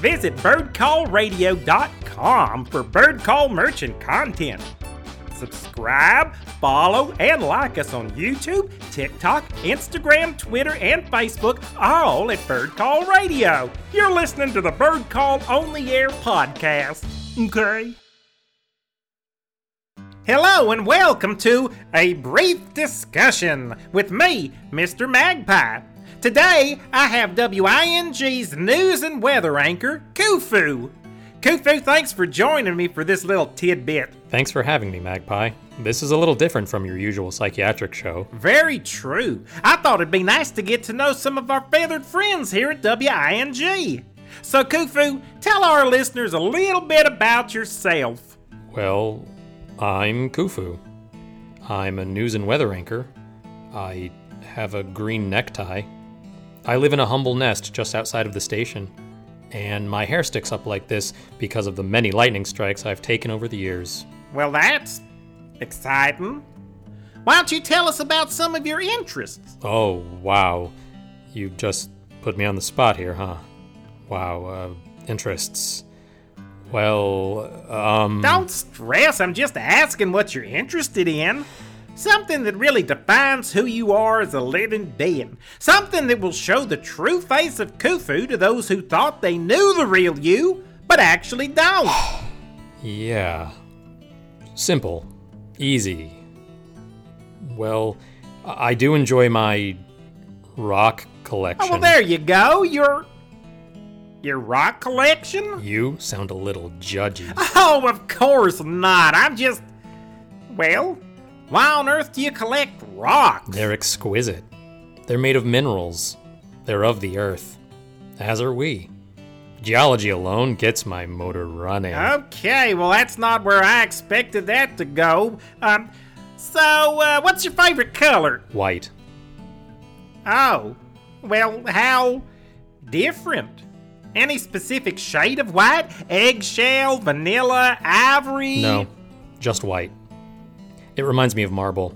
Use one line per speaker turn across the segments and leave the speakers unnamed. Visit birdcallradio.com for bird call merch and content. Subscribe, follow, and like us on YouTube, TikTok, Instagram, Twitter, and Facebook, all at Bird Call Radio. You're listening to the Bird Call On the Air podcast. Okay? Hello and welcome to A Brief Discussion with me, Mr. Magpie. Today, I have WING's news and weather anchor, Kufu. Kufu, thanks for joining me for this little tidbit.
Thanks for having me, Magpie. This is a little different from your usual psychiatric show.
Very true. I thought it'd be nice to get to know some of our feathered friends here at WING. So, Kufu, tell our listeners a little bit about yourself.
Well, I'm Kufu. I'm a news and weather anchor. I have a green necktie. I live in a humble nest just outside of the station, and my hair sticks up like this because of the many lightning strikes I've taken over the years.
Well, that's exciting. Why don't you tell us about some of your interests?
Oh, wow. You just put me on the spot here, huh? Wow, uh, interests. Well, um.
Don't stress, I'm just asking what you're interested in. Something that really defines who you are as a living being. Something that will show the true face of Khufu to those who thought they knew the real you, but actually don't. Oh,
Yeah. Simple. Easy. Well, I I do enjoy my rock collection.
oh, well, there you go. Your. Your rock collection?
You sound a little judgy.
Oh, of course not. I'm just. Well, why on earth do you collect rocks?
They're exquisite. They're made of minerals. They're of the earth. As are we. Geology alone gets my motor running.
Okay, well, that's not where I expected that to go. Um, so, uh, what's your favorite color?
White.
Oh, well, how different? Any specific shade of white? Eggshell, vanilla, ivory?
No, just white. It reminds me of marble.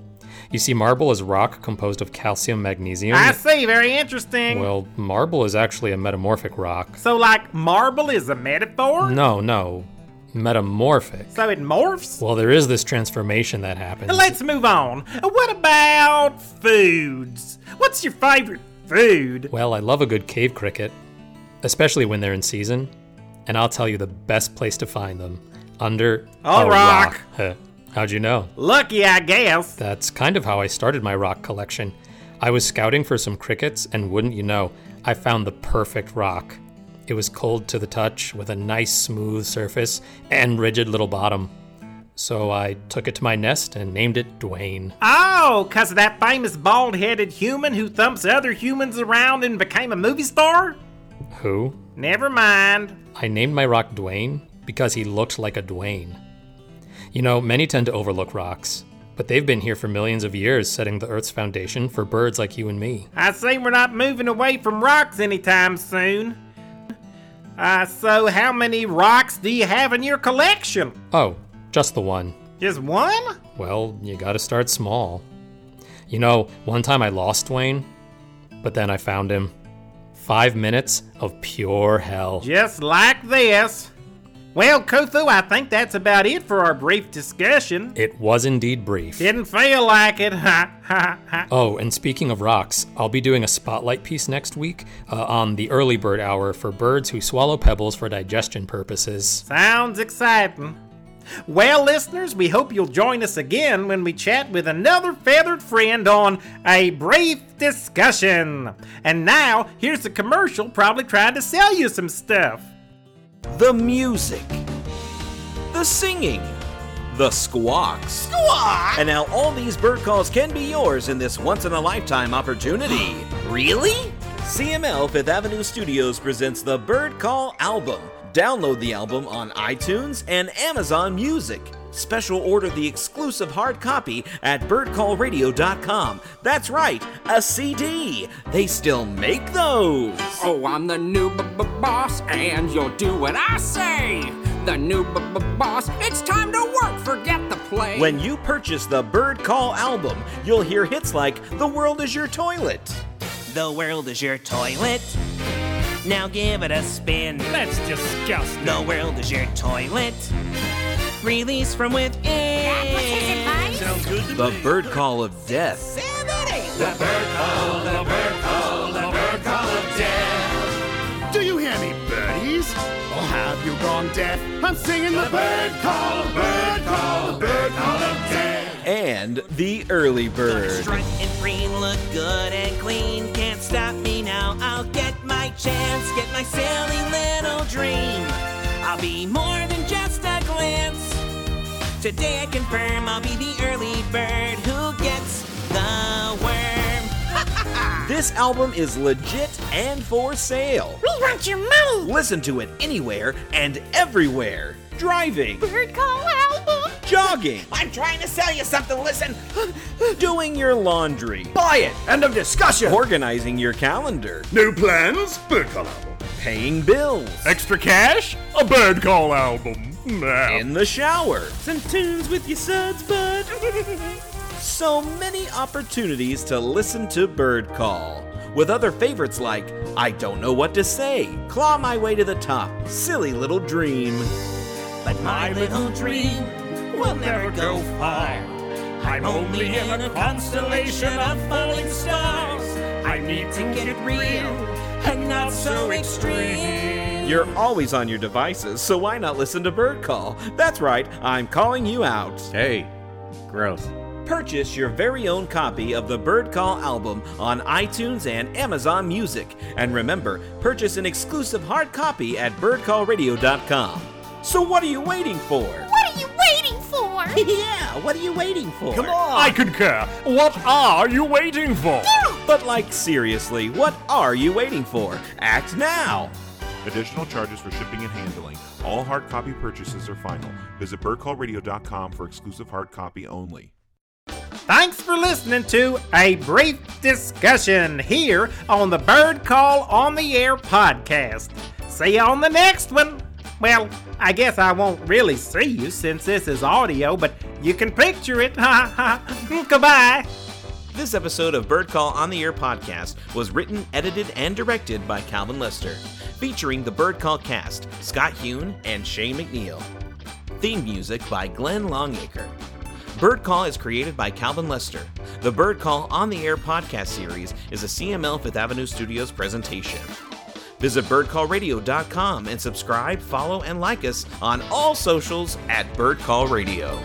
You see, marble is rock composed of calcium, magnesium.
I see, very interesting.
Well, marble is actually a metamorphic rock.
so, like, marble is a metaphor?
No, no. Metamorphic.
So it morphs?
Well, there is this transformation that happens.
Let's move on. What about foods? What's your favorite food?
Well, I love a good cave cricket, especially when they're in season, and I'll tell you the best place to find them under
A rock.
Heh. How'd you know?
Lucky, I guess.
That's kind of how I started my rock collection. I was scouting for some crickets, and wouldn't you know, I found the perfect rock. It was cold to the touch, with a nice smooth surface and rigid little bottom. So I took it to my nest and named it Dwayne.
Oh, 'cause of that famous bald headed human who thumps other humans around and became a movie star?
Who?
Never mind.
I named my rock Dwayne because he looked like a Dwayne. You know, many tend to overlook rocks, but they've been here for millions of years, setting the Earth's foundation for birds like you and me.
I see we're not moving away from rocks anytime soon. Uh, so how many rocks do you have in your collection?
Oh, just the one.
Just one?
Well, you gotta start small. You know, one time I lost Dwayne, but then I found him. Five minutes of pure hell.
Just like this. Well, Kuthu, I think that's about it for our brief discussion.
It was indeed brief.
Didn't feel like it. Ha ha ha.
Oh, and speaking of rocks, I'll be doing a spotlight piece next week uh, on the early bird hour for birds who swallow pebbles for digestion purposes.
Sounds exciting. Well, listeners, we hope you'll join us again when we chat with another feathered friend on a brief discussion. And now, here's a commercial probably trying to sell you some stuff.
the music, the singing, the squawks. Squawk! And now all these bird calls can be yours in this once in a lifetime opportunity. really? CML Fifth Avenue Studios presents the Bird Call album. Download the album on iTunes and Amazon Music. Special order the exclusive hard copy at birdcallradio.com. That's right, a CD. They still make those.
Oh, I'm the new b- b- boss, and you'll do what I say. The new b- b- boss, it's time to work, forget the play.
When you purchase the Bird Call album, you'll hear hits like The World Is Your Toilet,
The world is your toilet. Now give it a spin.
That's disgusting.
The world is your toilet. Release from within. That
was his advice?
Sounds good to
The bird call of death.
Do you hear me, birdies? Or have you gone deaf? I'm singing the, bird call, bird call, bird call of death.
And the early bird.
Strut and free, look good and clean. Can't stop me now. I'll get my chance, get my silly little dream. I'll be more than just a glance. Today I confirm I'll be the early bird who gets the worm.
This album is legit and for sale.
We want your money.
Listen to it anywhere and everywhere. Driving,
Bird call album.
jogging,
I'm trying to sell you something. Listen.
doing your laundry,
Buy it. End of discussion.
organizing your calendar,
New plans? Bird call album.
paying bills,
Extra cash? A bird call album. Nah.
in the shower.
Some tunes with your suds, bud.
So many opportunities to listen to Bird Call. With other favorites like I Don't Know What to Say, Claw My Way to the Top, Silly Little Dream.
But my little dream will never go far. I'm only in a constellation of falling stars. I need to get it real and not so extreme.
You're always on your devices, so why not listen to Bird Call? That's right, I'm calling you out.
Hey, gross.
Purchase your very own copy of the Bird Call album on iTunes and Amazon Music. And remember, purchase an exclusive hard copy at birdcallradio.com. So what are you waiting for?
What are you waiting for?
Yeah, what are you waiting for? Come on!
I concur. What are you waiting for?
But, like, seriously, what are you waiting for? Act now!
Additional charges for shipping and handling. All hard copy purchases are final. Visit birdcallradio.com for exclusive hard copy only.
Thanks for listening to a brief discussion here on the Bird Call on the Air podcast. See you on the next one. Well, I guess I won't really see you since this is audio, but you can picture it. Ha ha. ha. Goodbye.
This episode of Bird Call on the Air podcast was written, edited, and directed by Calvin Lester, featuring the Bird Call cast, Scott Hune and Shay McNeil. Theme music by Glenn Longacre. Bird Call is created by Calvin Lester. The Bird Call on the Air podcast series is a CML Fifth Avenue Studios presentation. Visit birdcallradio.com and subscribe, follow, and like us on all socials at Bird Call Radio.